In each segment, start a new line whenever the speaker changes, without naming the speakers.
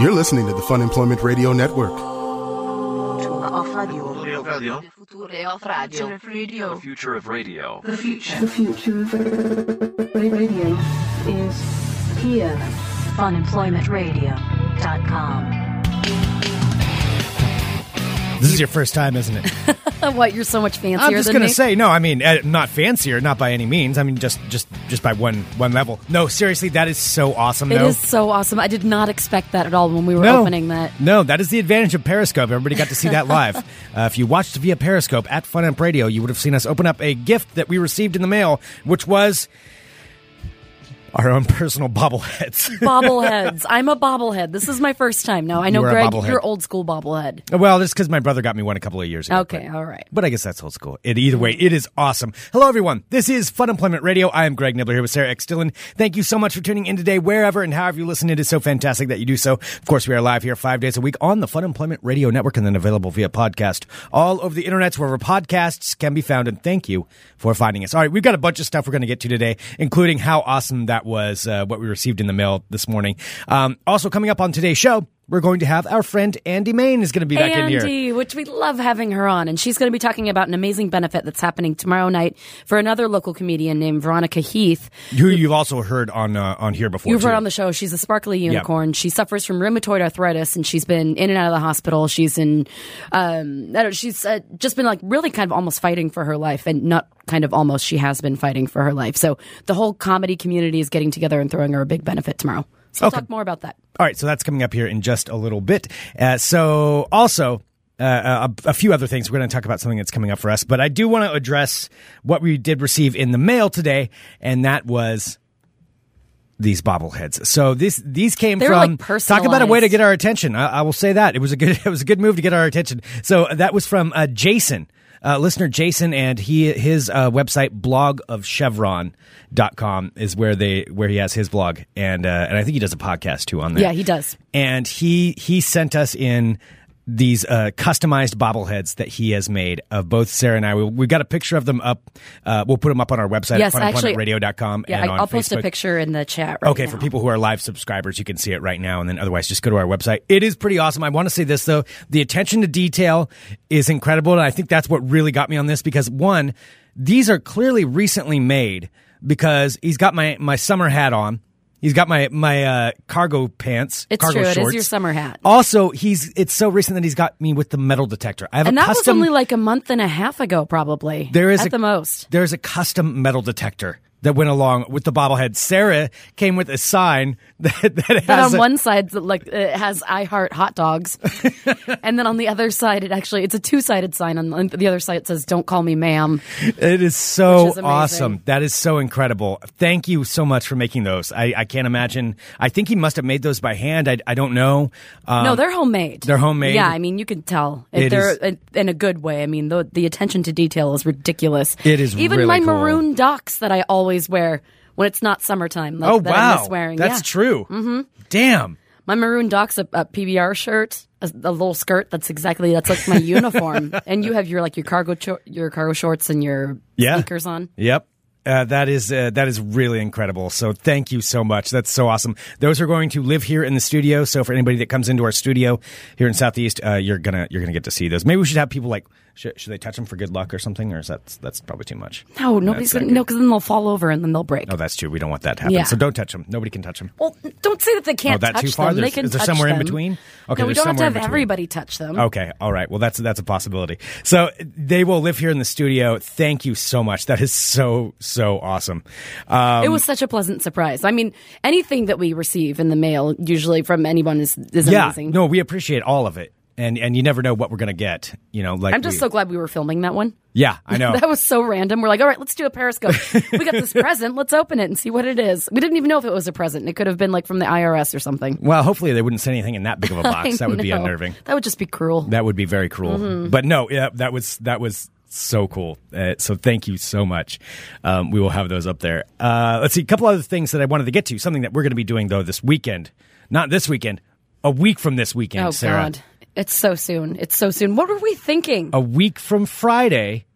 You're listening to the Fun Employment Radio Network.
Off radio.
Radio.
Future off radio.
The future of radio.
The future of radio is here.
Funemploymentradio.com.
This is your first time, isn't it?
what, you're so much fancier
I'm just
than
gonna
me?
say no. I mean, eh, not fancier, not by any means. I mean, just just just by one one level. No, seriously, that is so awesome.
It
though.
is so awesome. I did not expect that at all when we were
no,
opening that.
No, that is the advantage of Periscope. Everybody got to see that live. uh, if you watched via Periscope at Fun Amp Radio, you would have seen us open up a gift that we received in the mail, which was our own personal bobbleheads.
Bobbleheads. I'm a bobblehead. This is my first time. Now, I know,
You are a
Greg,
bobblehead.
you're old school bobblehead.
Well, that's because my brother got me one a couple of years ago.
Okay,
but-
all right.
But I guess that's old school. It, either way, it is awesome. Hello, everyone. This is Fun Employment Radio. I am Greg Nibbler here with Sarah X. Dillon. Thank you so much for tuning in today, wherever and however you listen. It is so fantastic that you do so. Of course, we are live here five days a week on the Fun Employment Radio Network and then available via podcast all over the internets, wherever podcasts can be found. And thank you for finding us. All right, we've got a bunch of stuff we're going to get to today, including how awesome that was, uh, what we received in the mail this morning. Um, also, coming up on today's show, we're going to have our friend Andy Main is going to be back in here.
Andy, which we love having her on. And she's going to be talking about an amazing benefit that's happening tomorrow night for another local comedian named Veronica Heath.
who you've also heard on uh, on here before.
You've
too.
heard on the show. She's a sparkly unicorn. She suffers from rheumatoid arthritis, and she's been in and out of the hospital. She's in, um, I don't, she's uh, just been like really kind of almost fighting for her life, and not kind of almost. She has been fighting for her life. So the whole comedy community is getting together and throwing her a big benefit tomorrow. So we'll
Okay.
talk more about that.
All right, so that's coming up here in just a little bit. Uh, so also. Uh, a, a few other things. We're going to talk about something that's coming up for us, but I do want to address what we did receive in the mail today, and that was these bobbleheads. So these these came
They were,
from
like,
talk about a way to
personalized.
get our attention. I, I will say that it was a good it was a good move to get our attention. So that was from uh, Jason. Uh, listener Jason and he his uh, website blog of chevron.com is where they where he has his blog and uh, and I think he does a podcast too on there
Yeah, he does.
and he he sent us in these uh, customized bobbleheads that he has made of both Sarah and I. We, we've got a picture of them up. Uh, we'll put them up on our website
Yes,
at
actually-
funemploymentradio.com
Yeah,
and
I,
on
I'll post a
Facebook.
picture in the chat. Right
Okay,
now.
for people who are live subscribers, you can see it right now, and then otherwise, just go to our website. It is pretty awesome. I want to say this though: the attention to detail is incredible, and I think that's what really got me on this because one, these are clearly recently made because he's got my my summer hat on. He's got my my uh, cargo pants.
It's
cargo
true. It is
shorts. Oh,
your summer hat.
Also, he's it's so recent that he's got me with the metal detector. I have
And
a
that was
custom.
only like a month and a half ago, probably.
there is
at
a,
the most.
There is a custom metal detector that went along with the bobblehead. Sarah came with a sign that that has
But on
a-
one side, like it has "I heart hot dogs," and then on the other side, it actually it's a two sided sign. On the other side, it says "Don't call me ma'am."
It is so
Which is amazing.
awesome. That is so incredible. Thank you so much for making those. I, I can't imagine. I think he must have made those by hand. I, I don't know. Um,
no, they're homemade.
they're homemade.
Yeah, I mean you can tell If
It
they're
is-
in- in a good way. I mean the the attention to detail is ridiculous.
It is
even
really
my
cool.
maroon docs that I always wear when it's not summertime. Like,
oh,
that I'm
wow.
just wearing.
That's
yeah.
true. Mm-hmm. Damn.
My maroon doc's a, a PBR shirt, a, a little skirt. That's exactly that's like my uniform. And you have your like your cargo cho- your cargo shorts and your
Yeah.
sneakers on.
Yep. Uh, that is uh, that is really incredible. So thank you so much. That's so awesome. Those are going to live here in the studio. So for anybody that comes into our studio here in Southeast, uh, you're gonna you're gonna get to see those. Maybe we should have people like should, should they touch them for good luck or something, or is that that's probably too much?
No, nobody's
That's not
gonna, no, because then they'll fall over and then they'll break.
Oh, that's true. We don't want that to happen.
Yeah.
So don't touch them. Nobody can touch them.
Well, don't say that they can't
Oh, that
touch
too far?
them. They
There's-
can
is there
touch
somewhere in
them.
between? Okay,
no, we
there's
don't have to
somewhere in between.
have
Oh.
everybody touch them.
Okay. All right. Well, that's that's a possibility. So they will live here in the studio. Thank you so much. That is so so awesome. Um,
it was such a pleasant surprise. I mean, anything that we receive in the mail, usually from anyone, is, is
yeah.
amazing.
No, we appreciate all of it, and and you never know what we're gonna get. You know, like
I'm just
we-
so glad we were filming that one.
yeah. I know.
That was so random. We're like, all right, let's do a Periscope. we got this present. Let's open it and see what it is. We didn't even know if it was a present. It could have been like from the IRS or something.
well, hopefully they wouldn't send anything in that big of a
I
box. That would be
know. Mm-hmm.
unnerving.
That would just be cruel.
That would be very cruel. But no, yeah, that was that was so cool. Uh, so thank you so much. Um, we will have those up there. Uh, let's see a couple other things that I wanted to get to. Something that we're going to be doing though this weekend, not this weekend, a week from this weekend,
oh,
Sarah. Oh.
God. It's so soon. It's so soon. What were we thinking?
A week from Friday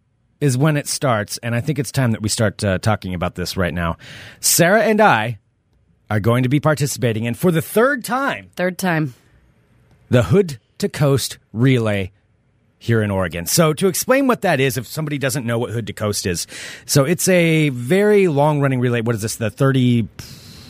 is when it starts, and I think it's time that we start uh, talking about this right now. Sarah and I are going to be participating, and for the third time
Third time.
the Hood to Coast Relay here in Oregon. So, to explain what that is, if somebody doesn't know what Hood to Coast is, so it's a very long running relay. What is this? The 30,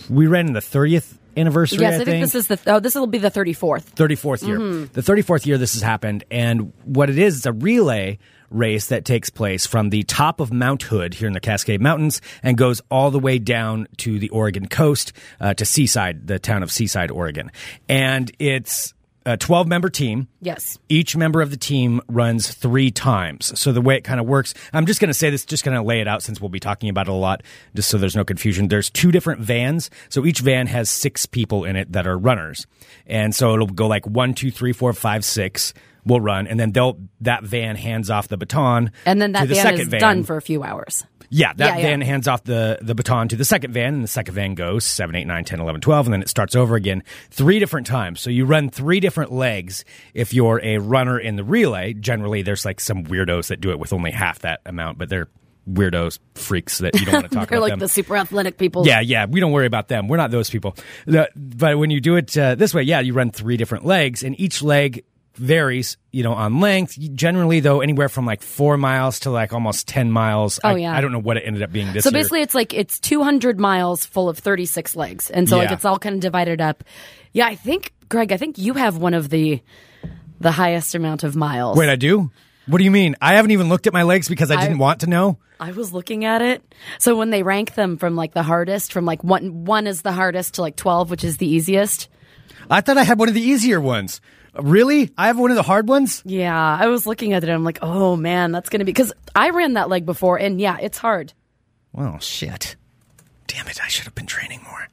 we ran in the 30th anniversary.
Yes, I
I
think, this is the oh, this will be the thirty fourth.
34th year. The 34th year this has happened. And what it is, it's a relay race that takes place from the top of Mount Hood here in the Cascade Mountains and goes all the way down to the Oregon coast uh, to Seaside, the town of Seaside, Oregon. And it's a 12 member team.
Yes.
Each member of the team runs three times. So the way it kind of works, I'm just going to say this, just going to lay it out since we'll be talking about it a lot, just so there's no confusion. There's two different vans. So each van has six people in it that are runners. And so it'll go like one, two, three, four, five, six will run. And then they'll, that van hands off the baton.
And then
to
that
the
van
second
is
van.
done for a few hours.
Yeah, that
Yeah, yeah.
van hands off the, the baton to the second van, and the second van goes 7, 8, 9, 10, 11, 12, and then it starts over again three different times. So you run three different legs if you're a runner in the relay. Generally, there's like some weirdos that do it with only half that amount, but they're weirdos, freaks that you don't want to talk
They're
about
like
them.
the super athletic people.
Yeah, yeah. We don't worry about them. We're not those people. The- but when you do it uh, this way, yeah, you run three different legs, and each leg varies, you know, on length. Generally, though, anywhere from like four miles to like almost ten miles.
Oh,
I,
yeah.
I don't know what it ended up being this
So
year.
basically, it's like it's 200 miles full of 36 legs, and so like
Yeah.
it's all kind of divided up. Yeah, I think Greg, I think you have one of the the highest amount of miles.
Wait, I do. What do you mean? I haven't even looked at my legs because I didn't want to know.
I was looking at it. So when they rank them from like the hardest, from like one one is the hardest to like 12, which is the easiest.
I thought I had one of the easier ones. Really? I have one of the hard ones.
Yeah, I was looking at it. I'm like, oh man, that's gonna be because I ran that leg before, and yeah, it's hard.
Well, shit. Damn it! I should have been training more.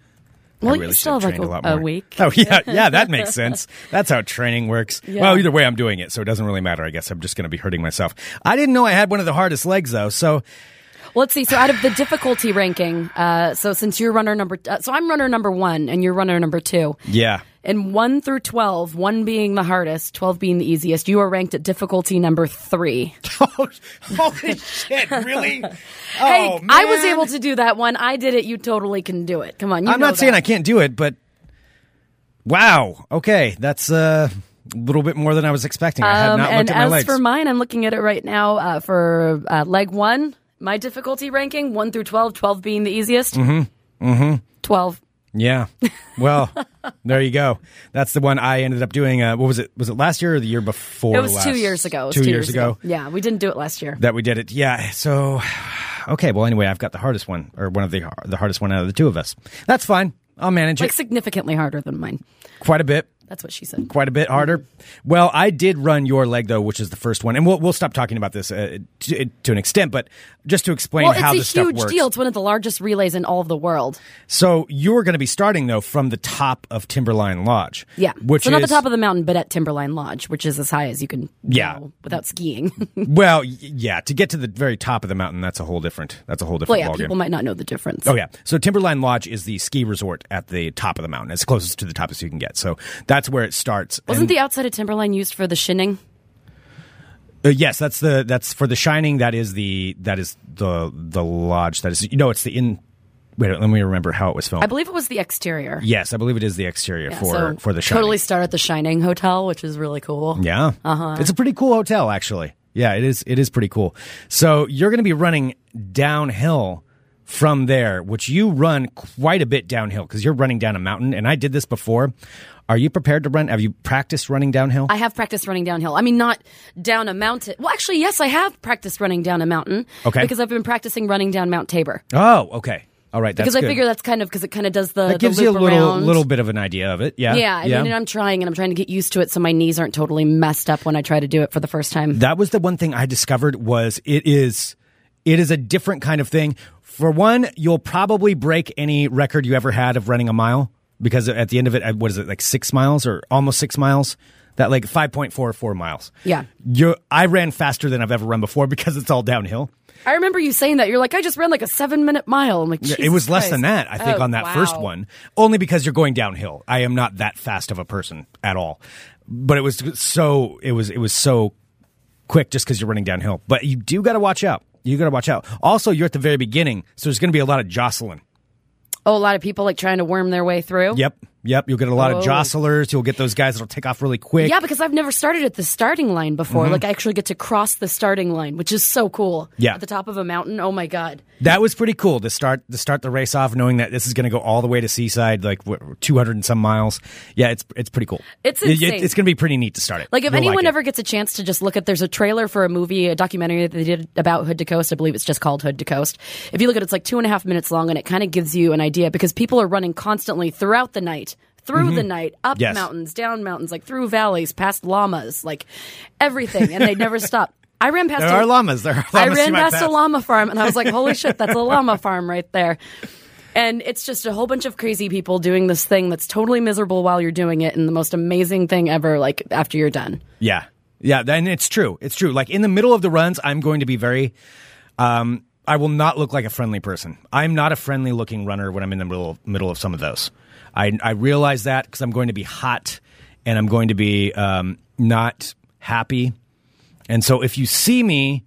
Well,
I really
you
should
still
have
have like
trained a lot
a, a
more.
week.
Oh yeah, yeah, that makes sense. That's how training works.
Yeah.
Well, either way, I'm doing it, so it doesn't really matter. I guess I'm just going to be hurting myself. I didn't know I had one of the hardest legs though. So
Let's see. So out of the difficulty ranking, uh, so since you're runner number, uh, so I'm runner number one, and you're runner number two.
yeah,
And one through 12, one being the hardest, 12 being the easiest, you are ranked at difficulty number three.
holy shit, really?
hey,
Oh,
I was
man.
able to do that one. I did it. You totally can do it. Come on. You
I'm
know
not saying I
that.
can't do it, but wow. Okay, that's uh, a little bit more than I was expecting. I had
Um,
not
and
looked at my
as
legs.
for mine, I'm looking at it right now uh, for uh, leg one, my difficulty ranking, one through 12, 12 being the easiest. Mm hmm. Mm hmm.
Mm-hmm.
12.
yeah. Well, there you go. That's the one I ended up doing. Uh, what was it? Was it last year or the year before?
It was two
last?
years ago. It was
two, years, ago.
Yeah, we didn't do it last year.
that we did it. Yeah. So, okay. Well, anyway, I've got the hardest one, or one of the the hardest one out of the two of us. That's fine. I'll manage
Like
it
significantly harder than mine.
quite a bit.
That's what she said.
Quite a bit harder. Well, I did run your leg though, which is the first one, and we'll we'll stop talking about this uh, to, to an extent, but just to explain
Well,
how
it's
this
a
stuff
huge
works.
deal. It's one of the largest relays in all of the world.
So you're going to be starting though from the top of Timberline Lodge.
Yeah.
which
so not
is
the top of the mountain, but at Timberline Lodge, which is as high as you can
Yeah.
go without skiing.
well, y- yeah. To get to the very top of the mountain, that's a whole different. That's a whole
well,
different.
yeah,
ballgame.
people might not know the difference.
Oh yeah. So Timberline Lodge is the ski resort at the top of the mountain, as close to the top as you can get. So that's where it starts.
Wasn't
And,
the outside of Timberline used for the shinning?
uh, yes, that's the that's for the Shining. That is the that is the the lodge. That is you know it's the in. Wait, let me remember how it was filmed.
I believe it was the exterior.
yes, I believe it is the exterior
Yeah,
for
so
for the Shining.
Totally start at the Shining Hotel, which is really cool.
Yeah. Uh-huh. It's a pretty cool hotel actually. Yeah, it is it is pretty cool. So you're going to be running downhill from there, which you run quite a bit downhill cuz you're running down a mountain and I did this before. Are you prepared to run? Have you practiced running downhill?
I have practiced running downhill. I mean, not down a mountain. Well, actually, yes, I have practiced running down a mountain.
Okay.
Because I've been practicing running down Mount Tabor.
oh, okay. All right, that's
Because I
good.
figure that's kind of because it kind of does the
that gives
the
you a
loop
little
around.
little bit of an idea of it. Yeah.
Yeah, I mean, and I'm trying, and I'm trying to get used to it so my knees aren't totally messed up when I try to do it for the first time.
That was the one thing I discovered was it is it is a different kind of thing. For one, you'll probably break any record you ever had of running a mile because at the end of it, what is it like six miles or almost six miles? That like five point four four miles.
Yeah.
you. I ran faster than I've ever run before because it's all downhill.
I remember you saying that. You're like, I just ran like a seven minute mile. I'm like,
it was
Jesus
less than
Christ.
that, I think,
Oh,
on that first
wow.
one, only because you're going downhill. I am not that fast of a person at all, but it was so it was it was so quick just because you're running downhill. But you do got to watch out. You got to watch out. Also, you're at the very beginning, so there's going to be a lot of jostling.
Oh, a lot of people like trying to worm their way through.
Yep. Yep, you'll get a lot
Oh.
of jostlers. You'll get those guys that'll take off really quick.
Yeah, because I've never started at the starting line before.
Mm-hmm.
Like I actually get to cross the starting line, which is so cool.
Yeah.
At the top of a mountain. Oh my god.
That was pretty cool to start to start the race off, knowing that this is going to go all the way to Seaside, like two hundred and some miles. Yeah, it's it's pretty cool.
It's
It- it-
insane.
it's going to be pretty neat to start it.
Like if
You'll
anyone
it.
ever gets a chance to just look at there's a trailer for a movie, a documentary that they did about Hood to Coast. I believe it's just called Hood to Coast. If you look at it, it's like two and a half minutes long and it kind of gives you an idea because people are running constantly throughout the night. Through the night, up
Mm-hmm. Yes.
mountains, down mountains, like through valleys, past llamas, like everything, and they never stop. I ran past.
there
a-
are llamas. There are
I
llamas
ran
in my
past a
path.
llama farm and I was like, holy shit, that's a llama farm right there. And it's just a whole bunch of crazy people doing this thing that's totally miserable while you're doing it and the most amazing thing ever, like after you're done.
Yeah. Yeah, and it's true. It's true. Like in the middle of the runs, I'm going to be very um I will not look like a friendly person. I'm not a friendly looking runner when I'm in the middle middle of some of those. I I realize that cuz I'm going to be hot and I'm going to be um not happy. And so if you see me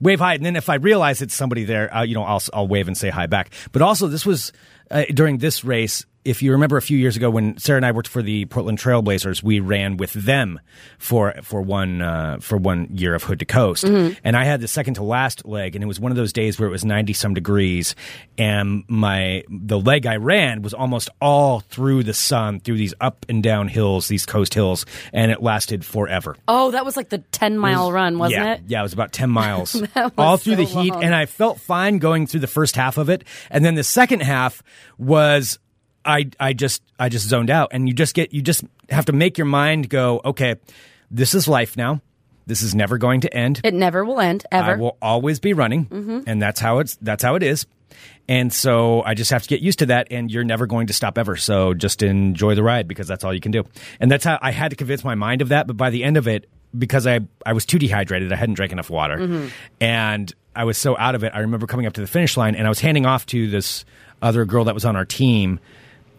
wave hi and then if I realize it's somebody there, uh, you know, I'll I'll wave and say hi back. But also this was uh, during this race if you remember a few years ago when Sarah and I worked for the Portland Trailblazers, we ran with them for for one uh, for one year of Hood to Coast, and I had the second to last leg, and it was one of those days where it was ninety some degrees, and my the leg I ran was almost all through the sun, through these up and down hills, these coast hills, and it lasted forever.
Oh, that was like the 10 mile run, wasn't
yeah,
it?
Yeah, it was about 10 miles
was
all through the
so
heat.
long.
And I felt fine going through the first half of it. And then the second half was. I, I just I just zoned out and you just get you just have to make your mind go okay this is life now this is never going to end
It never Mm-hmm. will end, ever.
I will always be running, and that's how it's that's how it is. And so I just have to get used to that. And you're never going to stop ever. So just enjoy the ride because that's all you can do. And that's how I had to convince my mind of that. But by the end of it, because I I was too dehydrated, I hadn't drank enough water,
Mm-hmm.
and I was so out of it. I remember coming up to the finish line, and I was handing off to this other girl that was on our team.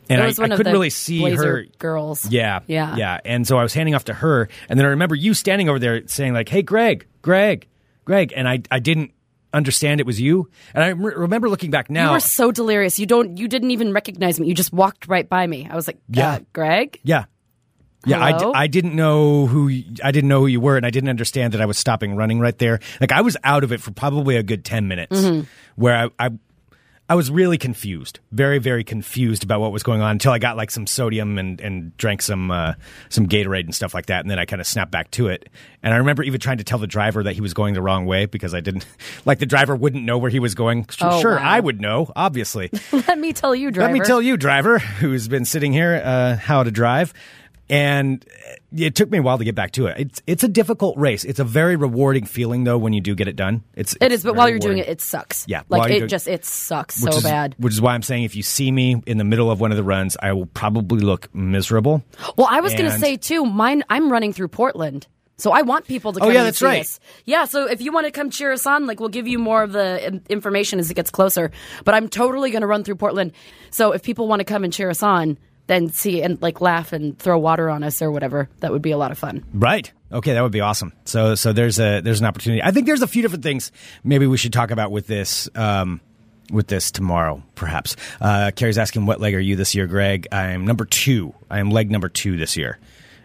And
it
I,
was
I
one of
couldn't
the
really see
Blazer
her
girls.
yeah.
Yeah.
Yeah. And so I was handing off to her. And then I remember you standing over there saying, like, hey, Greg, Greg, Greg. And I, I didn't understand it was you. And I re- remember looking back
You
now.
were so delirious. You don't. You didn't even recognize me. You just walked right by me. I was like,
Yeah.
uh, Greg.
yeah. Yeah, I, d-
Hello?
I didn't know who y- I didn't know who you were, and I didn't understand that I was stopping running right there. Like I was out of it for probably a good ten minutes,
Mm-hmm.
where I, I I was really confused, very very confused about what was going on until I got like some sodium and and drank some uh, some Gatorade and stuff like that, and then I kind of snapped back to it. And I remember even trying to tell the driver that he was going the wrong way because I didn't like the driver wouldn't know where he was going. Sure,
Oh,
sure
wow.
I would know, obviously.
Let me tell you, driver.
Let me tell you, driver, who's been sitting here, uh, how to drive. And it took me a while to get back to it. It's it's a difficult race. It's a very rewarding feeling though when you do get it done. It's
It is, but
very
while you're doing it,
rewarding.
it sucks.
Yeah, while
like
you're
it
doing-
just it sucks
which
so
is,
bad.
Which is why I'm saying if you see me in the middle of one of the runs, I will probably look miserable.
Well, I was going to
And-
say too. Mine, I'm running through Portland, so I want people to. Come
Oh, yeah,
and
that's
see
right.
us. Yeah, so if you want to come cheer us on, like we'll give you more of the in- information as it gets closer. But I'm totally going to run through Portland. So if people want to come and cheer us on, then see and like laugh and throw water on us or whatever, that would be a lot of fun.
Right. Okay, that would be awesome. So so there's a there's an opportunity. I think there's a few different things maybe we should talk about with this um with this tomorrow, perhaps. Uh Carrie's asking what leg are you this year, Greg? I'm number two. I am leg number two this year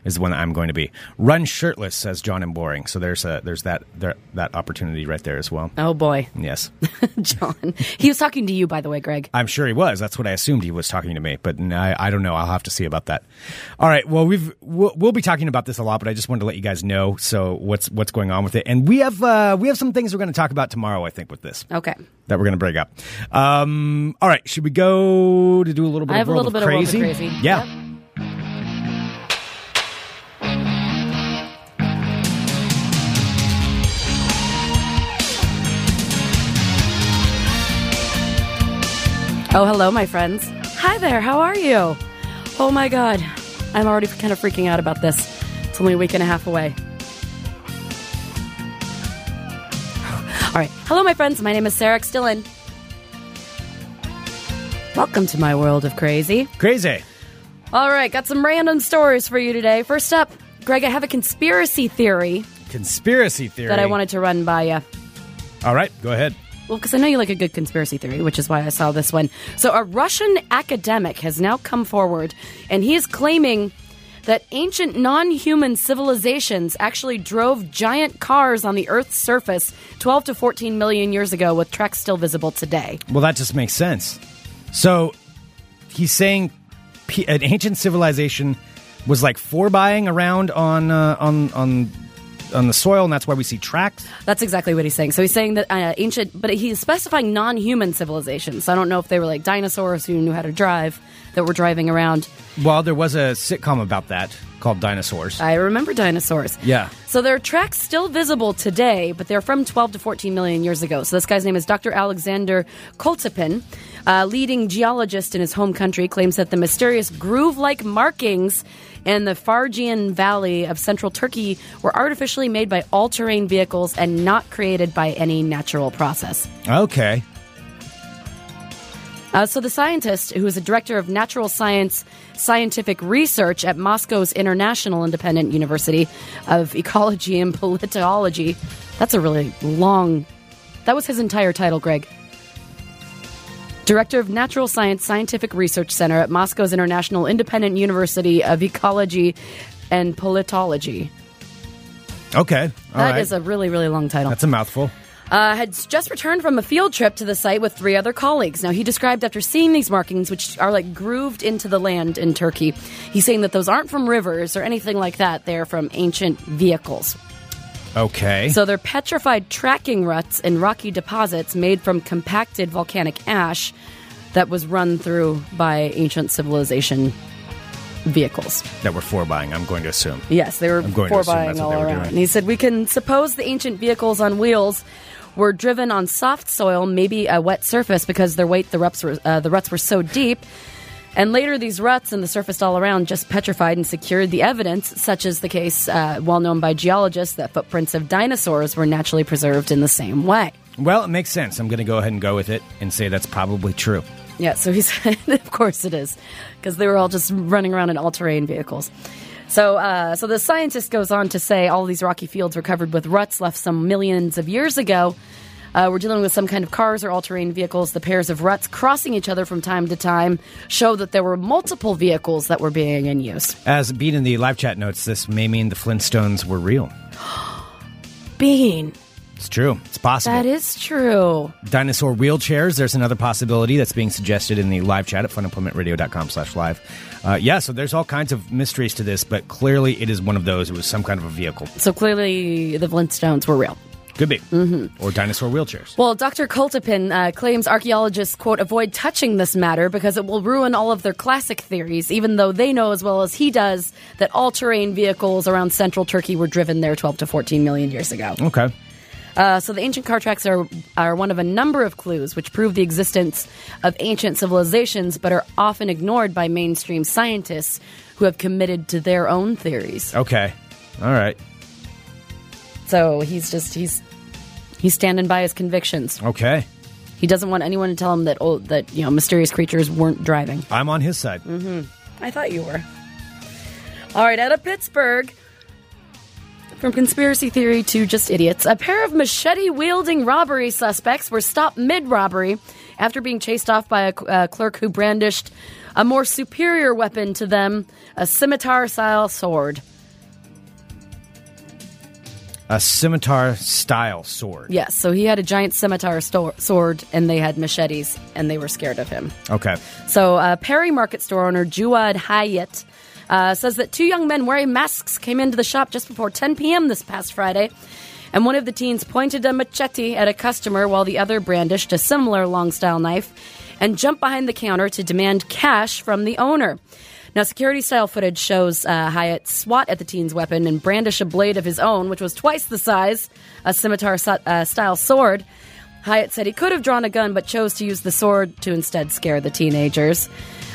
is the one that I'm going to be. Run shirtless, says John and Boring. So there's a there's that there, that opportunity right there as well.
Oh boy,
Yes.
John, he was talking to you by the way, Greg.
I'm sure he was. That's what I assumed he was talking to me, but n- I, I don't know. I'll have to see about that. All right. Well, we've we'll, we'll be talking about this a lot, but I just wanted to let you guys know. So what's what's going on with it? And we have uh, we have some things we're going to talk about tomorrow. I think with this
Okay,
that we're going to break up. Um, all right. Should we go to do a little bit?
I
of
have a
World
little bit
of
of World of
crazy.
Crazy.
Yeah.
Yep. Oh, hello, my friends. Hi there, how are you? Oh my god, I'm already kind of freaking out about this. It's only a week and a half away. All right, hello, my friends. My name is Sarah Stillen. Welcome to my world of crazy.
Crazy.
All right, got some random stories for you today. First up, Greg, I have a conspiracy theory
Conspiracy theory.
that I wanted to run by you.
All right. Go ahead.
Well, because I know you like a good conspiracy theory, which is why I saw this one. So, a Russian academic has now come forward, and he is claiming that ancient non human civilizations actually drove giant cars on the Earth's surface 12 to 14 million years ago, with tracks still visible today.
Well, that just makes sense. So he's saying p- an ancient civilization was like forbying around on uh, on on on the soil, and that's why we see tracks.
That's exactly what he's saying. So he's saying that uh, ancient, but he's specifying non human civilizations. So I don't know if they were like dinosaurs who knew how to drive that were driving around.
Well, there was a sitcom about that called Dinosaurs.
I remember dinosaurs.
Yeah.
So there are tracks still visible today, but they're from 12 to 14 million years ago. So this guy's name is Dr. Alexander Koltepin, a leading geologist in his home country, claims that the mysterious groove like markings in the Fargian Valley of central Turkey were artificially made by all terrain vehicles and not created by any natural process.
Okay.
Uh, so the scientist, who is a director of natural science scientific research at Moscow's International Independent University of Ecology and Politology, that's a really long. That was his entire title, Greg. Director of Natural Science Scientific Research Center at Moscow's International Independent University of Ecology and Politology.
Okay. All
That is
right.
a really, really long title
that's a mouthful.
uh, had just returned from a field trip to the site with three other colleagues. Now, he described after seeing these markings, which are like grooved into the land in Turkey, he's saying that those aren't from rivers or anything like that. They're from ancient vehicles.
Okay.
So they're petrified tracking ruts in rocky deposits made from compacted volcanic ash that was run through by ancient civilization vehicles.
that we're forbying. I'm going to assume.
Yes, they were
I'm going to assume
forbying
that's what
all
they were
around.
doing.
And he said, We can suppose the ancient vehicles on wheels were driven on soft soil, maybe a wet surface, because their weight, the ruts were, uh, the ruts were so deep. And later, these ruts and the surface all around just petrified and secured the evidence, such as the case uh, well known by geologists that footprints of dinosaurs were naturally preserved in the same way.
Well, it makes sense. I'm going to go ahead and go with it and say that's probably true.
Yeah, so he said, of course it is, because they were all just running around in all terrain vehicles. So, uh, so the scientist goes on to say all these rocky fields were covered with ruts left some millions of years ago. Uh, we're dealing with some kind of cars or all terrain vehicles. The pairs of ruts crossing each other from time to time show that there were multiple vehicles that were being in use.
As beat in the live chat notes, this may mean the Flintstones were real.
Bean,
It's true. It's possible.
that is true.
dinosaur wheelchairs. There's another possibility that's being suggested in the live chat at funemploymentradio.com slash live. Uh, yeah, so there's all kinds of mysteries to this, but clearly it is one of those. It was some kind of a vehicle.
So clearly, the Flintstones were real.
Could be. Mm-hmm. Or dinosaur wheelchairs.
Well, Dr. Koltepin uh, claims archaeologists, quote, avoid touching this matter because it will ruin all of their classic theories, even though they know as well as he does that all terrain vehicles around central Turkey were driven there 12 to 14 million years ago.
Okay.
Uh, so the ancient car tracks are, are one of a number of clues which prove the existence of ancient civilizations, but are often ignored by mainstream scientists who have committed to their own theories.
Okay. All right.
So he's just, he's. He's standing by his convictions.
Okay.
He doesn't want anyone to tell him that oh, that you know mysterious creatures weren't driving.
I'm on his side.
Mm-hmm. I thought you were. All right, out of Pittsburgh. From conspiracy theory to just idiots, a pair of machete wielding robbery suspects were stopped mid robbery after being chased off by a uh, clerk who brandished a more superior weapon to them a scimitar style sword.
A scimitar style sword.
Yes, so he had a giant scimitar sto- sword and they had machetes and they were scared of him.
Okay.
So, uh, Perry Market store owner Juad Hayat uh, says that two young men wearing masks came into the shop just before 10 p.m. this past Friday, and one of the teens pointed a machete at a customer while the other brandished a similar long style knife and jumped behind the counter to demand cash from the owner. Now, security style footage shows uh, Hyatt swat at the teen's weapon and brandish a blade of his own, which was twice the size, a scimitar si- uh, style sword. Hyatt said he could have drawn a gun, but chose to use the sword to instead scare the teenagers.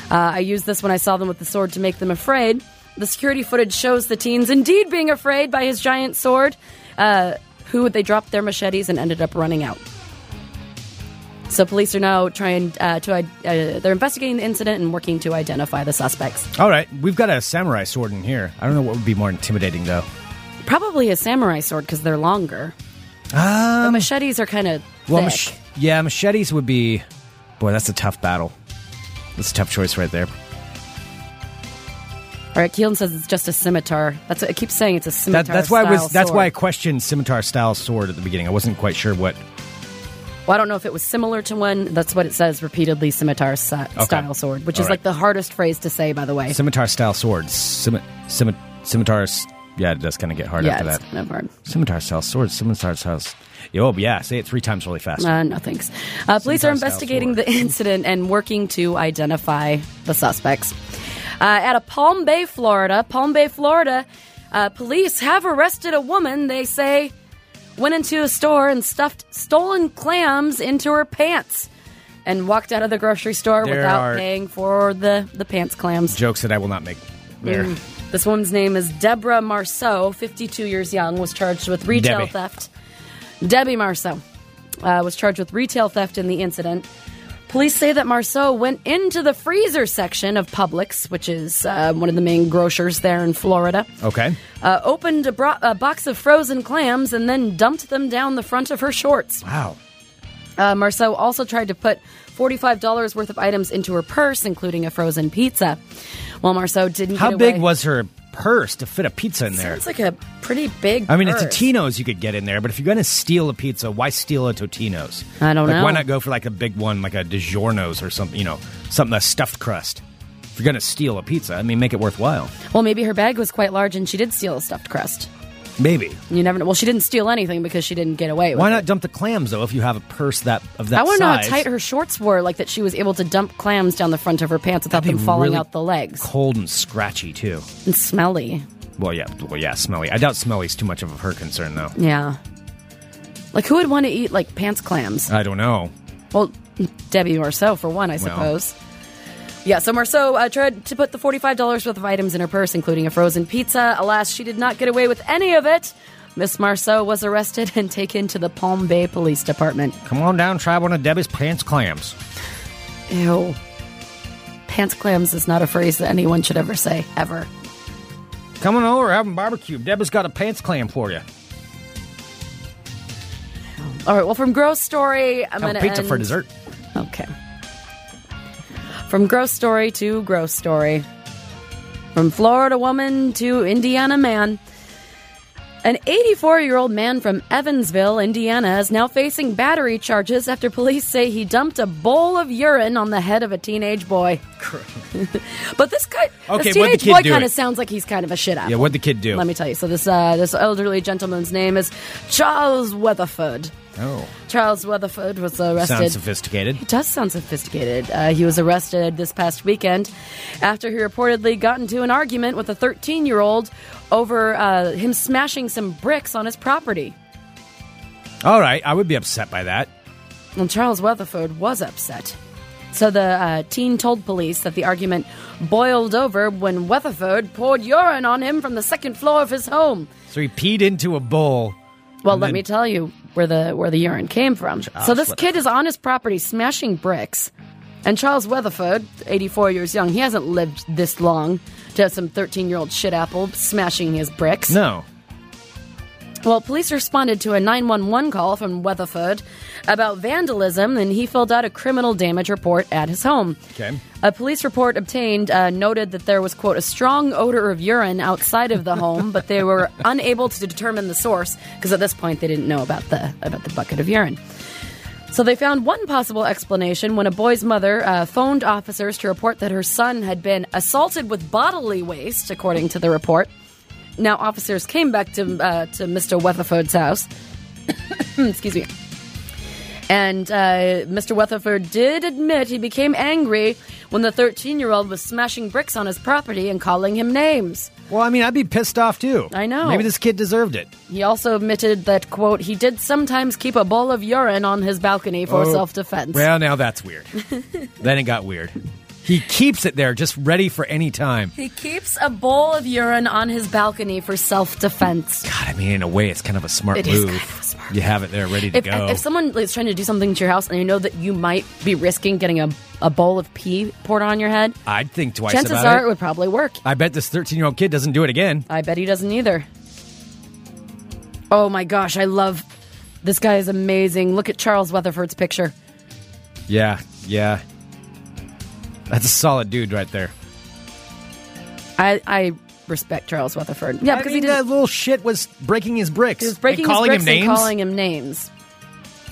Uh, I used this when I saw them with the sword to make them afraid. The security footage shows the teens indeed being afraid by his giant sword, uh, who they dropped their machetes and ended up running out. So police are now trying uh, to uh, they're investigating the incident and working to identify the suspects.
All right. We've got a samurai sword in here. I don't know what would be more intimidating, though.
Probably a samurai sword because they're longer.
Um,
Machetes are kind of
well,
thick.
mach- Yeah, machetes would be. Boy, that's a tough battle. That's a tough choice right there.
All right, Keelan says it's just a scimitar. That's what I keep saying. It's a scimitar.
That, that's why I was.
style
That's why I
sword.
questioned scimitar style sword at the beginning. I wasn't quite sure what.
Well, I don't know if it was similar to one. That's what it says repeatedly. Scimitar si- style sword, which
All
is
right.
like the hardest phrase to say, by the way.
Scimitar style sword. Scim- scim- scimitar. s- Yeah, it does kind of get hard
yeah,
after
it's
that.
kind of hard.
Scimitar style sword. Scimitar style. s- Oh yeah, say it three times really fast.
Uh, no thanks. Uh, police are
Sometimes
investigating
style
the incident and working to identify the suspects. Uh, out of Palm Bay, Florida, Palm Bay, Florida, uh, police have arrested a woman. They say went into a store and stuffed stolen clams into her pants and walked out of the grocery store
There
without
are-
paying for the the pants clams.
Jokes that I will not make. There.
This woman's name is Deborah Marceau, 52 years young, was charged with retail
Debbie.
theft. Debbie Marceau uh, was charged with retail theft in the incident. Police say that Marceau went into the freezer section of Publix, which is uh, one of the main grocers there in Florida,
Okay.
uh, opened a, bro- a box of frozen clams and then dumped them down the front of her shorts.
Wow.
Uh, Marceau also tried to put $45 worth of items into her purse, including a frozen pizza. While Marceau didn't
How
get
big
away-
was her purse to fit a pizza in there?
Sounds like a pretty big.
I mean, a
purse.
Totino's you could get in there, but if you're going to steal a pizza, why steal a Totino's?
I don't
like,
know.
Why not go for like a big one, like a DiGiorno's or something? You know, something a stuffed crust. If you're going to steal a pizza, I mean, make it worthwhile.
Well, maybe her bag was quite large and she did steal a stuffed crust.
Maybe.
You never know. Well, she didn't steal anything because she didn't get away. With
Why
it.
not dump the clams though? If you have a purse that of that
I want to know how
size?
tight her shorts were, like that she was able to dump clams down the front of her pants without
That'd be
them falling
really
out the legs.
Cold and scratchy too.
And smelly.
Well, yeah, well, yeah, smelly. I doubt smelly's too much of her concern though.
Yeah. Like, who would want to eat, like, pants clams?
I don't know.
Well, Debbie Marceau, for one, I suppose. Yeah, so Marceau uh, tried to put the $45 worth of items in her purse, including a frozen pizza. Alas, she did not get away with any of it. Miss Marceau was arrested and taken to the Palm Bay Police Department.
Come on down, try one of Debbie's pants clams.
Ew. Pants clams is not a phrase that anyone should ever say, ever.
Coming over, having barbecue. Debbie's got a pants clam for you.
All right, well, from Gross Story, I'm
Have
going
a
to.
pizza for dessert.
Okay. From gross story to gross story. From Florida woman to Indiana man. An 84 year old man from Evansville, Indiana, is now facing battery charges after police say he dumped a bowl of urine on the head of a teenage boy. but this guy,
Okay,
this
what'd the
teenage
kid
boy
do
kind
it?
of sounds like he's kind of a shit apple.
Yeah, what'd the kid do?
Let me tell you. So this uh, this elderly gentleman's name is Charles Weatherford.
Oh,
Charles Weatherford was arrested.
sounds sophisticated.
It does sound sophisticated. Uh, he was arrested this past weekend after he reportedly got into an argument with a 13 year old over uh, him smashing some bricks on his property.
All right, I would be upset by that.
And Charles Weatherford was upset. So the uh, teen told police that the argument boiled over when Weatherford poured urine on him from the second floor of his home.
So he peed into a bowl.
Well,
And
let
then-
me tell you where the where the urine came from. so this kid is on his property smashing bricks, and Charles Weatherford, 84 years young, he hasn't lived this long to have some 13 year old shit apple smashing his bricks.
No.
Well, police responded to a 911 call from Weatherford about vandalism, and he filled out a criminal damage report at his home.
Okay.
A police report obtained uh, noted that there was, quote, a strong odor of urine outside of the home, but they were unable to determine the source because at this point they didn't know about the about the bucket of urine. So they found one possible explanation when a boy's mother uh, phoned officers to report that her son had been assaulted with bodily waste, according to the report. Now officers came back to uh, to Mr. Weatherford's house. Excuse me. And uh, Mr. Weatherford did admit he became angry when the 13 year old was smashing bricks on his property and calling him names.
Well, I mean, I'd be pissed off too.
I know.
Maybe this kid deserved it.
He also admitted that, quote, he did sometimes keep a bowl of urine on his balcony for
Oh.
self defense.
Well, now that's weird. then it got weird. He keeps it there, just ready for any time.
he keeps a bowl of urine on his balcony for self defense.
God, I mean, in a way, it's kind of a smart
It is
move.
kind of a smart
you have it there, ready to
If,
go.
if someone is trying to do something to your house and you know that you might be risking getting a, a bowl of pee poured on your head,
I'd think twice
chances
about
are
it.
it would probably work.
I bet this 13 year old kid doesn't do it again.
I bet he doesn't either. Oh my gosh, I love This guy is amazing. Look at Charles Weatherford's picture.
Yeah, yeah. That's a solid dude right there.
I I respect Charles Weatherford. Yeah,
I
because
mean,
he did
that little shit was breaking his bricks.
He was breaking
and calling
his bricks
him names.
and calling him names.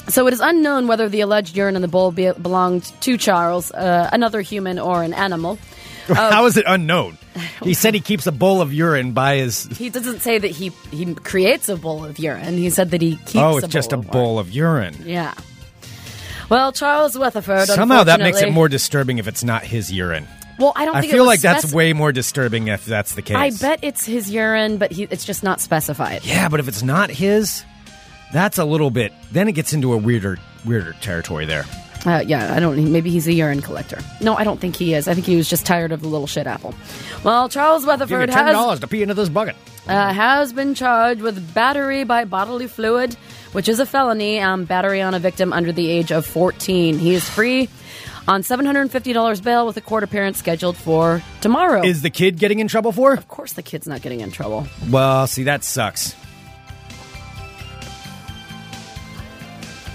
So it is unknown whether the alleged urine in the bowl be- belonged to Charles, uh, another human, or an animal.
How is it unknown? He said he keeps a bowl of urine by his.
He doesn't say that he he creates a bowl of urine. He said that he keeps.
oh, it's just a
of
bowl of urine.
urine. Yeah. Well, Charles Weatherford.
Somehow that makes it
unfortunately-
more disturbing if it's not his urine.
Well, I don't.
I
think it
feel
was
like that's
spec-
way more disturbing if that's the case.
I bet it's his urine, but he, it's just not specified.
Yeah, but if it's not his, that's a little bit. Then it gets into a weirder, weirder territory there.
Uh, yeah, I don't. Maybe he's a urine collector. No, I don't think he is. I think he was just tired of the little shit apple. Well, Charles
Give me
Weatherford
ten
has
dollars to pee into this bucket.
uh, has been charged with battery by bodily fluid, which is a felony, um, battery on a victim under the age of 14. He is free on $750 bail with a court appearance scheduled for tomorrow.
Is the kid getting in trouble for?
of course, the kid's not getting in trouble.
Well, see, that sucks.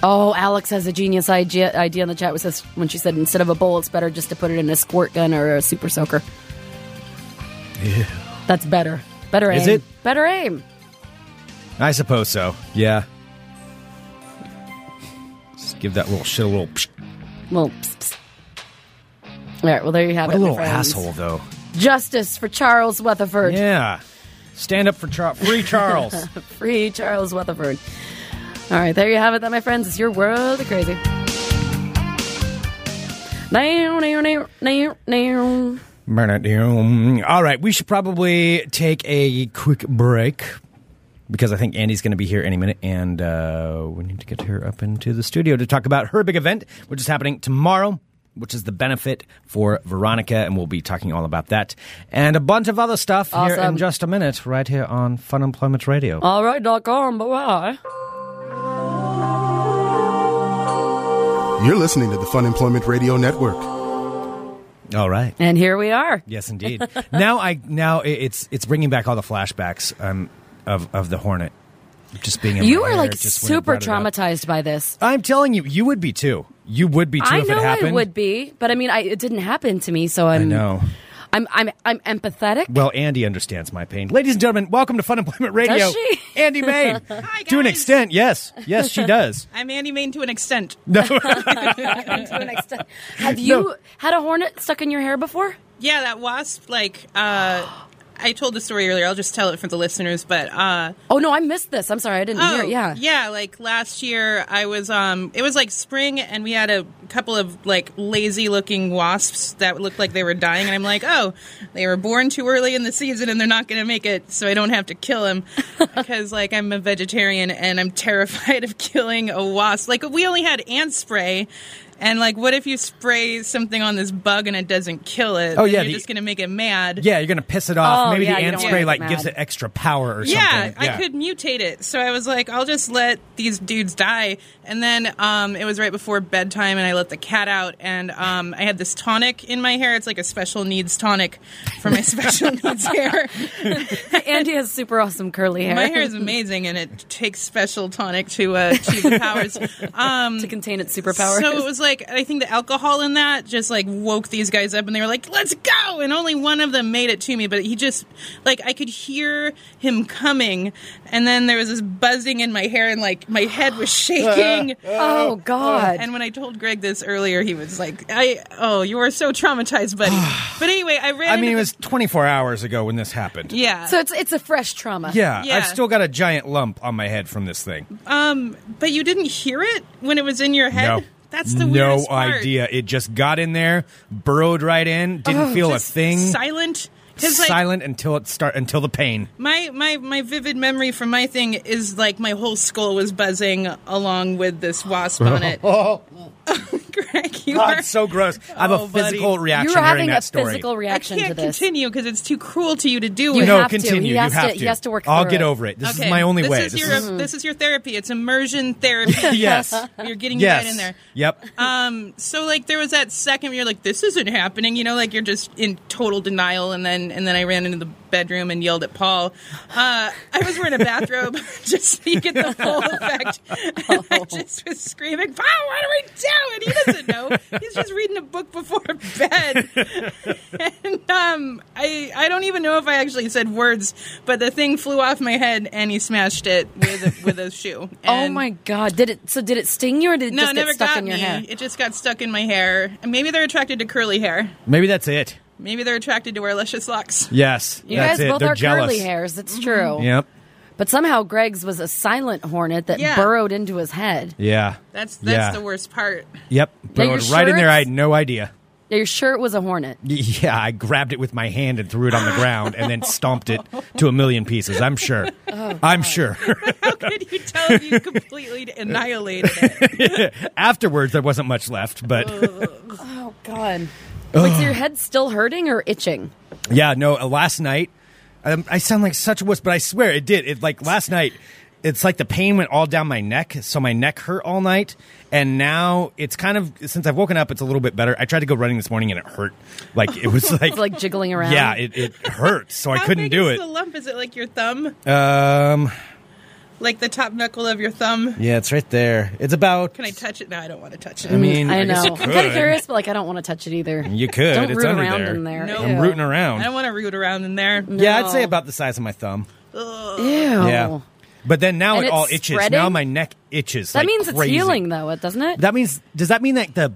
Oh, Alex has a genius idea, idea in the chat. Which says when she said instead of a bowl, it's better just to put it in a squirt gun or a super soaker. That's better. Better aim.
Is it?
Better aim.
I suppose so. Yeah. Just give that little shit a little. Psh,
Well, psst, psst. all right. Well, there you have
what
it.
a
my
little
friends.
asshole, though.
Justice for Charles Weatherford.
Yeah. Stand up for Charles. Free Charles.
Free Charles Weatherford. All right, there you have it, then, my friends. It's your world of crazy. Now, now, now, now, now.
All right, we should probably take a quick break because I think Andy's going to be here any minute, and uh, we need to get her up into the studio to talk about her big event, which is happening tomorrow, which is the benefit for Veronica, and we'll be talking all about that and a bunch of other stuff here in
Awesome. Oh.
just a minute, right here on Fun Employment Radio.
All right, dot com. Bye bye.
You're listening to the Fun Employment Radio Network.
All right.
And here we are.
Yes, indeed. now I now it- it's it's bringing back all the flashbacks um, of of the Hornet, just being. In
You
my
are
hair
like
just when I
super
brought it up.
traumatized by this.
I'm telling you, you would be too. You would be too
I
if
know
it happened.
I would be, but I mean, I, it didn't happen to me, so I'm.
I know.
I'm I'm I'm empathetic.
Well, Andy understands my pain. Ladies and gentlemen, welcome to Fun Employment Radio.
Does she?
Andy Main. To an
guys.
extent, yes. Yes, she does.
I'm Andy Main to an extent.
to an extent. Have you had a hornet stuck in your hair before?
Yeah, that wasp, like, uh, I told the story earlier. I'll just tell it for the listeners, but, uh,
Oh no, I missed this. I'm sorry, I didn't hear
oh,
it. Yeah.
Yeah, like last year I was, um, it was like spring and we had a couple of like lazy looking wasps that looked like they were dying. And I'm like, oh, they were born too early in the season and they're not going to make it, so I don't have to kill them. because, like, I'm a vegetarian and I'm terrified of killing a wasp. Like, we only had ant spray. And like, what if you spray something on this bug and it doesn't kill it?
Oh,
Then
yeah,
You're
the-
just going to make it mad.
Yeah, you're going to piss it off.
Oh,
Maybe
yeah,
the
you
ant
don't
spray
wanna
like
get
gives
mad.
it extra power or
Yeah,
something.
I could mutate it. So I was like, I'll just let these dudes die. And then um, it was right before bedtime, and I let the cat out. And um, I had this tonic in my hair. It's like a special needs tonic for my special needs hair.
Andy has super awesome curly hair.
My hair is amazing, and it takes special tonic to uh, achieve the powers. Um,
to contain its superpowers.
So it was like I think the alcohol in that just like woke these guys up, and they were like, "Let's go!" And only one of them made it to me, but he just like I could hear him coming, and then there was this buzzing in my hair, and like my head was shaking.
oh God.
And when I told Greg this earlier, he was like, "I oh, you are so traumatized, buddy." but anyway, I ran.
I mean,
into
it was
this-
24 hours ago when this happened.
yeah.
so it's it's a fresh trauma.
Yeah,
Yeah.
I've still got a giant lump on my head from this thing.
um, but you didn't hear it when it was in your head.
No.
That's the
no
weirdest part.
idea. It just got in there, burrowed right in, didn't
Oh,
feel a
Just
thing.
Silent. 'Cause, like,
silent until it start until the pain.
My my my vivid memory from my thing is like my whole skull was buzzing along with this wasp on it. Greg, you are.
That's so gross. I have
Oh,
a
buddy.
physical reaction
You're having
hearing that
a
story.
physical
I
reaction to
can't
this.
continue because it's too cruel to you to do it.
You
no,
have to.
continue.
He
You
has
have
to- he has to work
I'll
through
get
it.
over it. This
okay.
is my only
this
way.
Is
This
your,
is-
This is your therapy. It's immersion therapy.
yes.
You're getting your
yes.
head in there.
Yep.
Uh,
Um, so like there was that second where you're like, this isn't happening, you know, like you're just in total denial, and then and then I ran into the bedroom and yelled at Paul. Uh, I was wearing a bathrobe just so you get the full effect. And
Oh.
I just was screaming, Paul, what are we doing? He doesn't know. He's just reading a book before bed. and um, I I don't even know if I actually said words, but the thing flew off my head and he smashed it with a, with a shoe.
Oh
And-
my god! Did it? So did it sting you, or did it
no,
just
it
get
never
stuck
got
in your
me.
hair?
It just got stuck in my hair. And maybe they're attracted to curly hair.
Maybe that's it.
Maybe they're attracted to wear luscious locks.
Yes.
you
that's
guys
it.
both
They're
are
jealous. Mm-hmm.
curly hairs. It's true.
Yep.
But somehow Greg's was a silent hornet that
Yeah.
burrowed into his head.
Yeah.
That's that's
Yeah.
the worst part.
Yep.
Now,
Burrowed
your
right in there. I
shirts-
had no idea.
Now, Your shirt was a hornet.
Yeah, I grabbed it with my hand and threw it on the ground and then stomped it to a million pieces. I'm sure.
Oh,
I'm sure.
How could you tell if you completely annihilated it?
Afterwards, there wasn't much left, but
Oh god! Wait, so your head's still hurting or itching?
yeah, no. uh, Last night, um, I sound like such a wuss, but I swear it did. It like last night, it's like the pain went all down my neck, so my neck hurt all night, and now it's kind of since I've woken up, it's a little bit better. I tried to go running this morning and it hurt, like it was like
It's like jiggling around.
yeah, it, it hurt, so I
How
couldn't
big
do
is
it.
The lump is it like your thumb,
Um,
like the top knuckle of your thumb?
yeah, it's right there. It's about.
Can I touch it? No, I don't want to touch it.
I mean,
I
I
know.
guess you
I'm kind
could.
of curious, but like I don't want to touch it either.
You could.
Don't
it's
root
under
around
there.
in there.
No.
I'm
Ew.
rooting
I
around.
don't want to root around in there.
Yeah, I'd
No.
say about the size of my thumb.
Ew.
Yeah. But then now
Oh. And
it all
it's
itches.
spreading?
Now my neck itches.
That
like
means it's
crazy.
healing, though, it doesn't it?
That means does that mean that the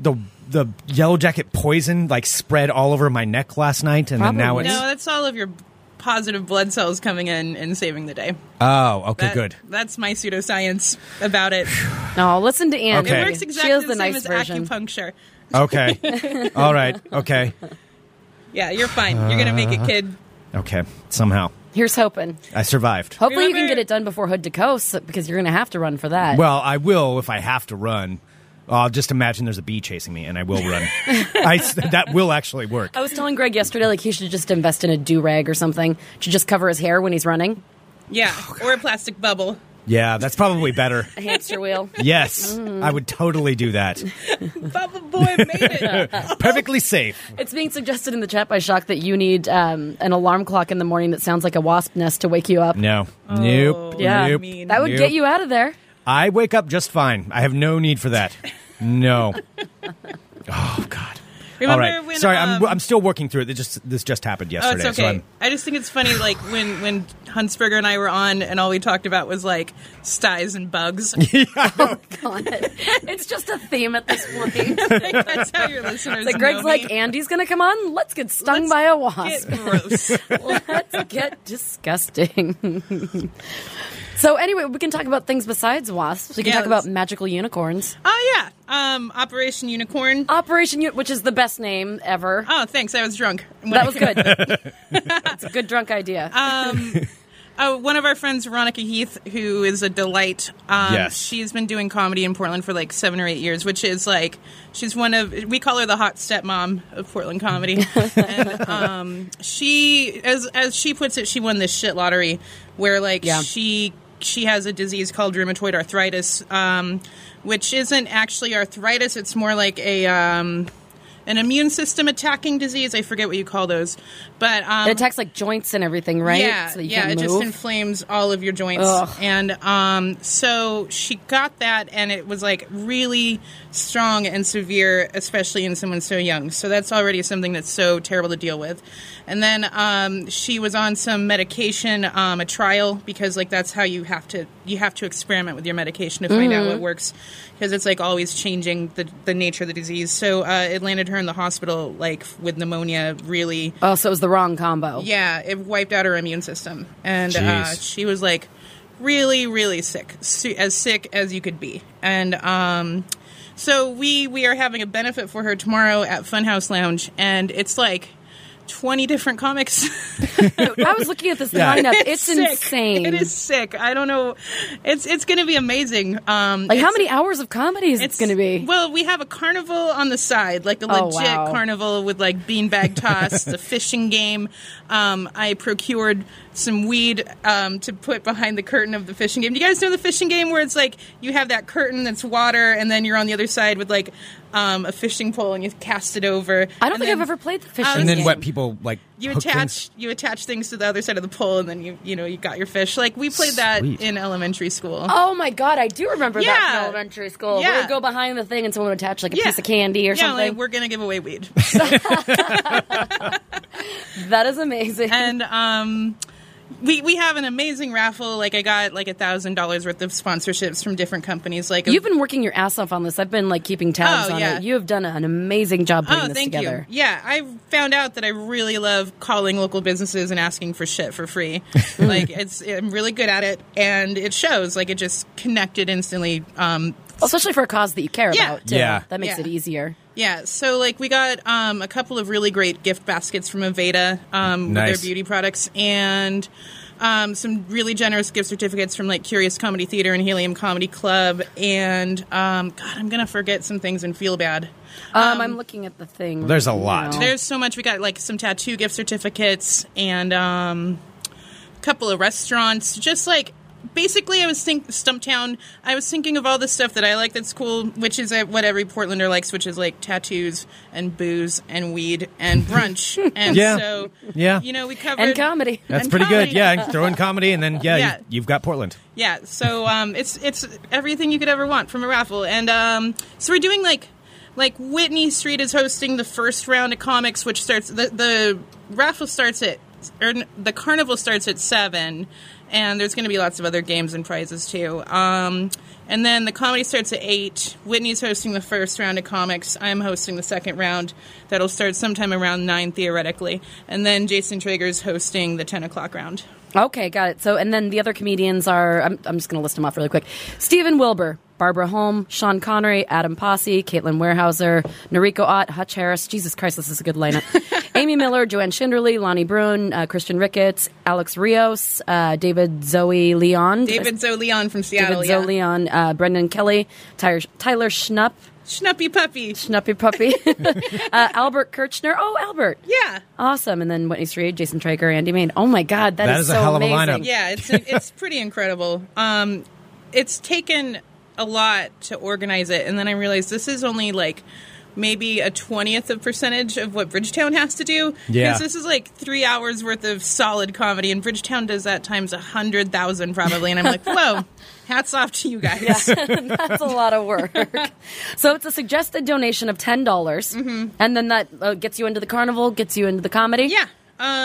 the the yellow jacket poison like spread all over my neck last night and then now
Probably.
it's
No, that's all of your positive blood cells coming in and saving the day.
Oh, okay,
That-
good.
That's my pseudoscience about it.
no, listen to Andy.
Okay.
It works
she
exactly
has
the,
the
same
nice
as
version.
acupuncture.
Okay. all right. Okay.
Yeah, you're fine. You're gonna make
Uh-huh.
it, kid.
Okay. Somehow.
Here's hoping.
I survived.
Hopefully, you can
Remember-
get it done before Hood to Coast because you're going to have to run for that.
Well, I will if I have to run. I'll just imagine there's a bee chasing me and I will run. I s that will actually work.
I was telling Greg yesterday, like he should just invest in a do rag or something to just cover his hair when he's running.
Yeah,
Oh,
or a plastic bubble.
Yeah, that's probably better.
A hamster wheel.
Yes, I would totally do that.
Bubble boy made it.
Perfectly safe.
It's being suggested in the chat by Shock that you need um, an alarm clock in the morning that sounds like a wasp nest to wake you up.
No.
Oh.
nope.
yeah.
Nope.
Mean.
That would
Nope.
get you out of there.
I wake up just fine. I have no need for that. No. Oh God.
Remember
All right.
when?
Sorry,
um,
I'm, I'm still working through it. It just this just happened
Oh,
yesterday.
it's
so
okay.
I'm-
I just think it's funny, like when when Huntsberger and I were on, and all we talked about was like styes and bugs.
it's just a theme at this point.
Like, that's how your listeners.
Like Greg's
know
like,
me.
Andy's gonna come on. Let's get stung by a wasp.
Get gross.
Let's get disgusting. so anyway, we can talk about things besides wasps. We can
Yeah,
talk about
let's-
magical unicorns.
oh yeah, um, Operation
Oh.
Unicorn.
Operation, U- which is the best name ever.
Oh, thanks. I was drunk. when
That
I-
was good. It's a good drunk idea.
Oh, one of our friends, Veronica Heath, who is a delight. Um,
Yes.
She's been doing comedy in Portland for like seven or eight years, which is like, she's one of, we call her the hot stepmom of Portland comedy. and um, she, as, as she puts it, she won this shit lottery where like
Yeah.
she. She has a disease called rheumatoid arthritis, um, which isn't actually arthritis. It's more like a um, an immune system attacking disease. I forget what you call those, but um,
it attacks like joints and everything, right?
yeah,
So that you
yeah,
can
it
move.
just inflames all of your joints.
Ugh.
And um, so she got that, and it was like really strong and severe, especially in someone so young. So that's already something that's so terrible to deal with. And then um, she was on some medication, um, a trial, because like that's how you have to you have to experiment with your medication to find
Mm-hmm.
out what works, because it's like always changing the the nature of the disease. So uh, it landed her in the hospital like with pneumonia, really.
oh, so it was the wrong combo.
Yeah, it wiped out her immune system, and uh,
Jeez.
she was like really, really sick, su- as sick as you could be. And um, so we we are having a benefit for her tomorrow at Funhouse Lounge, and it's like 20 different comics.
I was looking at this
Yeah.
lineup. It's,
sick.
insane.
It is sick. I don't know. It's it's going to be amazing. Um,
Like, how
it's-
many hours of comedy is it
it's
going to be?
Well, we have a carnival on the side, like a
Oh,
legit
wow.
carnival with like beanbag toss, the fishing game. Um, I procured some weed um, to put behind the curtain of the fishing game. Do you guys know the fishing game where it's like you have that curtain that's water, and then you're on the other side with like um, a fishing pole, and you cast it over.
I
And
don't think
then um,
I've ever played the fishing
And
and then
game.
what people like
You
hook
attach
things-
you attach things to the other side of the pole, and then you you know you got your fish. Like we played that
Sweet.
in elementary school.
Oh my god, I do remember that
Yeah.
from elementary school. We
Yeah.
would go behind the thing and someone would attach like a piece of candy or
yeah, like,
something.
we're gonna give away weed.
that is amazing.
and um, we we have an amazing raffle. Like I got like a thousand dollars worth of sponsorships from different companies. Like
You've been working your ass off on this. I've been like keeping tabs
Oh,
on
yeah.
it. You have done an amazing job putting
oh,
this
thank
together.
you. Yeah, I found out that I really love calling local businesses and asking for shit for free. like it's I'm really good at it, and it shows. Like it just connected instantly. Um,
Especially for a cause that you care
Yeah.
about. Too.
Yeah.
That makes
Yeah.
it easier.
Yeah, so like we got um, a couple of really great gift baskets from Aveda um,
Nice.
with their beauty products, and um, some really generous gift certificates from like Curious Comedy Theater and Helium Comedy Club, and um, God, I'm gonna forget some things and feel bad.
Um, I'm looking at the thing.
There's a
right
lot.
now.
There's so much. We got like some tattoo gift certificates and um, a couple of restaurants. Just like basically, I was think Stumptown. I was thinking of all the stuff that I like that's cool, which is uh, what every Portlander likes, which is like tattoos and booze and weed and brunch. and
Yeah.
so
Yeah.
you know we covered
and comedy.
That's
and
pretty good.
comedy.
Yeah, throw in comedy, and then yeah,
Yeah.
You, you've got Portland.
Yeah, so um, it's it's everything you could ever want from a raffle, and um, so we're doing like like Whitney Street is hosting the first round of comics, which starts the the raffle starts at or n- the carnival starts at seven, and there's going to be lots of other games and prizes too. Um, and then the comedy starts at eight. Whitney's hosting the first round of comics. I'm hosting the second round. That'll start sometime around nine theoretically, and then Jason Traeger's hosting the ten o'clock round.
Okay, got it. So, and then the other comedians are, I'm, I'm just going to list them off really quick Stephen Wilbur, Barbara Holm, Sean Connery, Adam Posse, Caitlin Warehouser, Noriko Ott, Hutch Harris. Jesus Christ, this is a good lineup. Amy Miller, Joanne Schinderly, Lonnie Bruin, uh, Christian Ricketts, Alex Rios, uh, David Zoe Leon.
David Zoleon from Seattle.
David
yeah.
Zoe Leon, uh, Brendan Kelly, Tyler, Tyler Schnupp,
Schnuppy puppy.
Schnuppy Puppy, uh, Albert Kirchner. Oh, Albert.
Yeah.
Awesome. And then Whitney Street, Jason Traeger, Andy Main. Oh my God,
That
is,
is a
so
hell of a
amazing.
lineup.
Yeah, it's it's pretty incredible. Um it's taken a lot to organize it and then I realized this is only like maybe a 20th of percentage of what Bridgetown has to do
Yeah.
because this is like 3 hours worth of solid comedy and Bridgetown does that times a 100,000 probably and I'm like, "Whoa. Hats off to you guys."
That's a lot of work. so it's a suggested donation of ten dollars, and then that uh, gets you into the carnival, gets you into the comedy.
Mm-hmm. Yeah.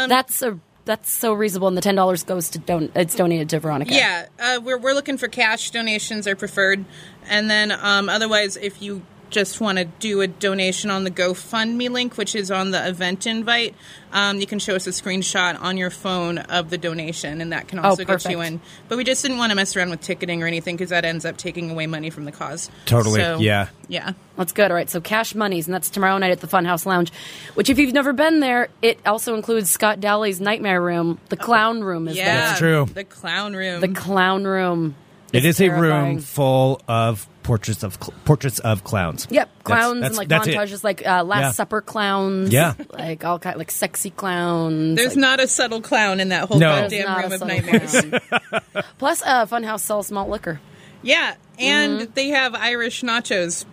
Um
that's a that's so reasonable, and the ten dollars goes to don- it's donated to Veronica.
Yeah, uh, we're we're looking for cash donations are preferred, and then um, otherwise, if you just want to do a donation on the GoFundMe link, which is on the event invite, um, you can show us a screenshot on your phone of the donation, and that can also get
Oh, perfect.
you in. But we just didn't want to mess around with ticketing or anything because that ends up taking away money from the cause.
Totally,
So,
yeah.
Yeah.
that's good. All right, so cash monies, and that's tomorrow night at the Funhouse Lounge. Which, if you've never been there, it also includes Scott Dowley's Nightmare Room. The Clown Room is
Oh, Yeah. Mm-hmm.
That's true.
The clown room.
there. The Clown Room.
It's a room
terrifying.
full of portraits of cl- portraits of clowns.
Yep,
That's-
clowns
that's-
and like
that's it.
montages, like uh, Last
Yeah.
Supper clowns.
Yeah.
like all kind, like sexy clowns.
There's
like-
not a subtle clown in that whole
No.
There's
goddamn
not
room
a
of
subtle
nightmares.
clown. Plus, uh, Funhouse sells malt liquor.
Yeah, and they have Irish nachos,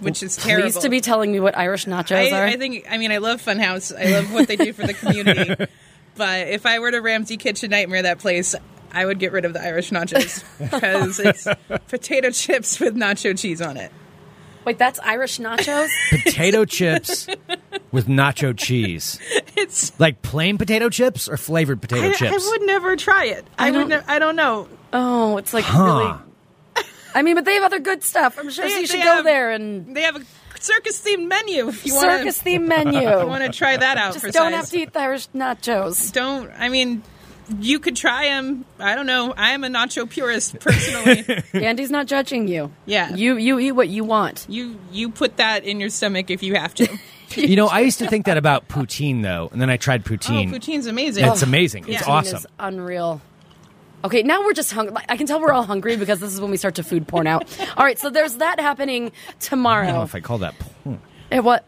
which is terrible.
Mm-hmm. Please to be telling me what Irish nachos are.
I, I think. I mean, I love Funhouse. I love what they do for the community. but if I were to Ramsey Kitchen Nightmare that place, I would get rid of the Irish nachos because it's potato chips with nacho cheese on it.
Wait, that's Irish nachos?
potato chips with nacho cheese.
It's.
Like plain potato chips or flavored potato
I, I
chips?
would never try it. I, would.
don't-
Ne- I don't know.
oh, it's like really. I mean, but they have other good stuff. I'm sure
They-
so you should
they
go
have-
there and
They have a circus themed menu. If you want
circus
to,
theme menu.
want to try that out.
Just
for
don't
size.
have to eat the Irish nachos.
don't i mean you could try them i don't know i am a nacho purist personally
Andy's not judging you.
Yeah.
you you eat what you want.
you you put that in your stomach if you have to
You know, I used to think that about poutine though, and then I tried poutine.
Oh, poutine's amazing.
It's amazing. It's
Yeah.
awesome.
Is unreal. Okay, now we're just hungry. I can tell we're all hungry because this is when we start to food porn out. All right, so there's that happening
I don't know
oh.
tomorrow.
if I call that. porn.
Eh, what?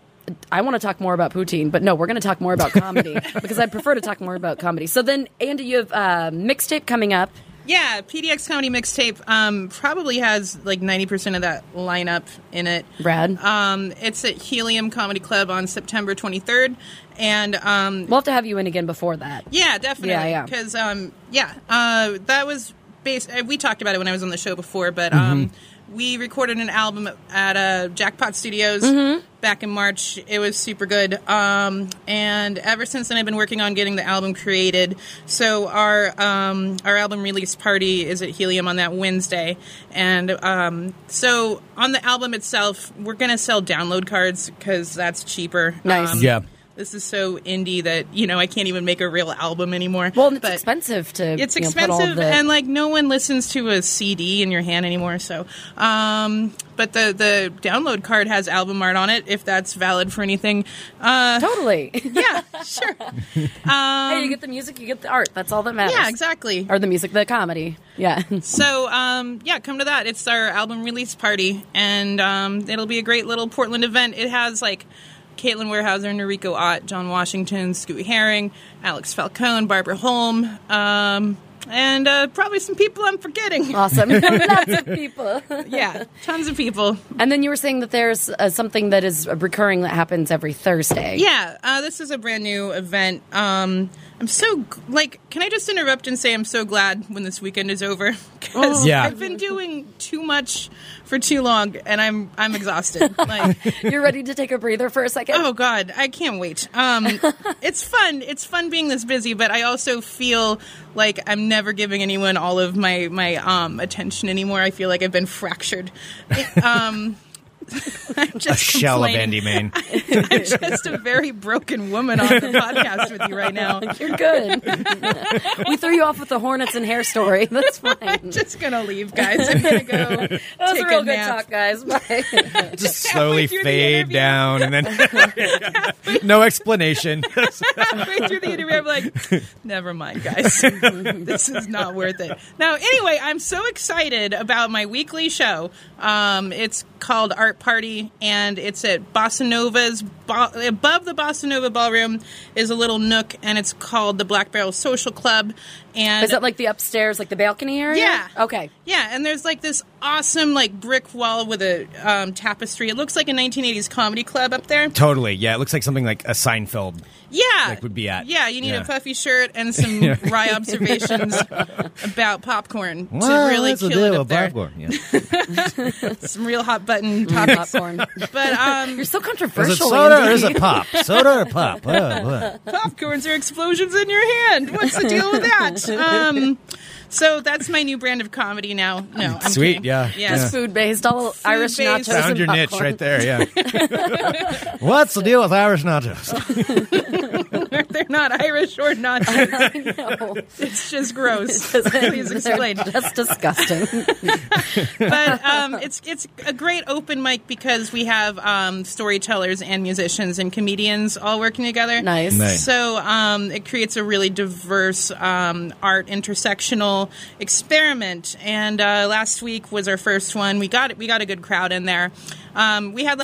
I want to talk more about poutine, but no, we're going to talk more about comedy because I prefer to talk more about comedy. So then, Andy, you have uh, mixtape coming up.
Yeah, PDX Comedy Mixtape um, probably has like 90% of that lineup in it.
Brad?
Um, it's at Helium Comedy Club on September 23rd. And um,
We'll have to have you in again before that.
yeah, definitely.
Yeah, yeah.
Because, um, yeah, uh, that was based. uh, We talked about it when I was on the show before, but
Mm-hmm.
um, we recorded an album at uh, Jackpot Studios
Mm-hmm.
back in March. It was super good. Um, and ever since then, I've been working on getting the album created. So our um, our album release party is at Helium on that Wednesday, and um, so on the album itself, we're gonna sell download cards because that's cheaper.
Nice.
Um,
Yeah.
this is so indie that you know I can't even make a real album anymore.
Well, and it's
But
expensive to.
It's
you know, put all
expensive,
the-
and like no one listens to a CD in your hand anymore. So, um, but the the download card has album art on it, if that's valid for anything. Uh,
totally.
yeah, sure.
hey, you get the music, you get the art. That's all that matters.
Yeah, exactly.
Or the music, the comedy. Yeah.
So, um, yeah, come to that. It's our album release party, and um, it'll be a great little Portland event. It has like Caitlin Warehouser, Noriko Ott, John Washington, Scoot Herring, Alex Falcone, Barbara Holm, um, and uh, probably some people I'm forgetting.
awesome. Lots of people.
yeah, tons of people.
And then you were saying that there's uh, something that is recurring that happens every Thursday.
Yeah, uh, this is a brand new event. Um, I'm so g- like, can I just interrupt and say I'm so glad when this weekend is over because
Yeah.
I've been doing too much for too long, and I'm I'm exhausted. Like.
You're ready to take a breather for a second?
Oh God, I can't wait. Um, it's fun. It's fun being this busy, but I also feel like I'm never giving anyone all of my my um, attention anymore. I feel like I've been fractured. It- um, I'm just
A shell of
complaining.
Andy Main.
I'm just a very broken woman on the podcast with you right now.
You're good. we threw you off with the hornets and hair story. That's fine.
I'm just gonna leave, guys. I'm gonna go. That
that was a real good talk, guys. Bye.
Just slowly
through the
fade
interview.
down, and then no explanation.
halfway through the interview, I'm like, never mind, guys. this is not worth it. Now, anyway, I'm so excited about my weekly show. Um, it's called Art Party, and it's at Bossa Nova's. Ba- above the Bossa Nova Ballroom is a little nook, and it's called the Black Barrel Social Club. And
Is that like the upstairs, like the balcony area?
Yeah.
Okay.
Yeah, and there's like this awesome like brick wall with a um, tapestry. It looks like a 1980s comedy club up there.
totally. Yeah, it looks like something like a Seinfeld.
Yeah,
like, would be at.
Yeah, you need
Yeah.
a puffy shirt and some wry observations about popcorn to
Well,
really
that's a
kill it
deal
up
with
there.
popcorn, yeah.
Some real hot button topics.
Popcorn.
but um,
You're so
Is it
controversial.
soda
Andy.
or is it pop? Soda or pop? Whoa, whoa.
popcorns are explosions in your hand. What's the deal with that? Um, so that's my new brand of comedy now. No, I'm
Sweet,
kidding.
yeah,
Just
yeah.
food based, all Irish
Food-based.
nachos.
Found
and
your niche
popcorn.
right there. Yeah. What's the deal with Irish nachos?
They're not Irish or not.
No,
It's just gross. Please
They're
explain.
That's disgusting.
but um, it's it's a great open mic because we have um, storytellers and musicians and comedians all working together.
Nice.
Nice.
So um, it creates a really diverse um, art intersectional experiment. And uh, last week was our first one. We got we got a good crowd in there. Um, we had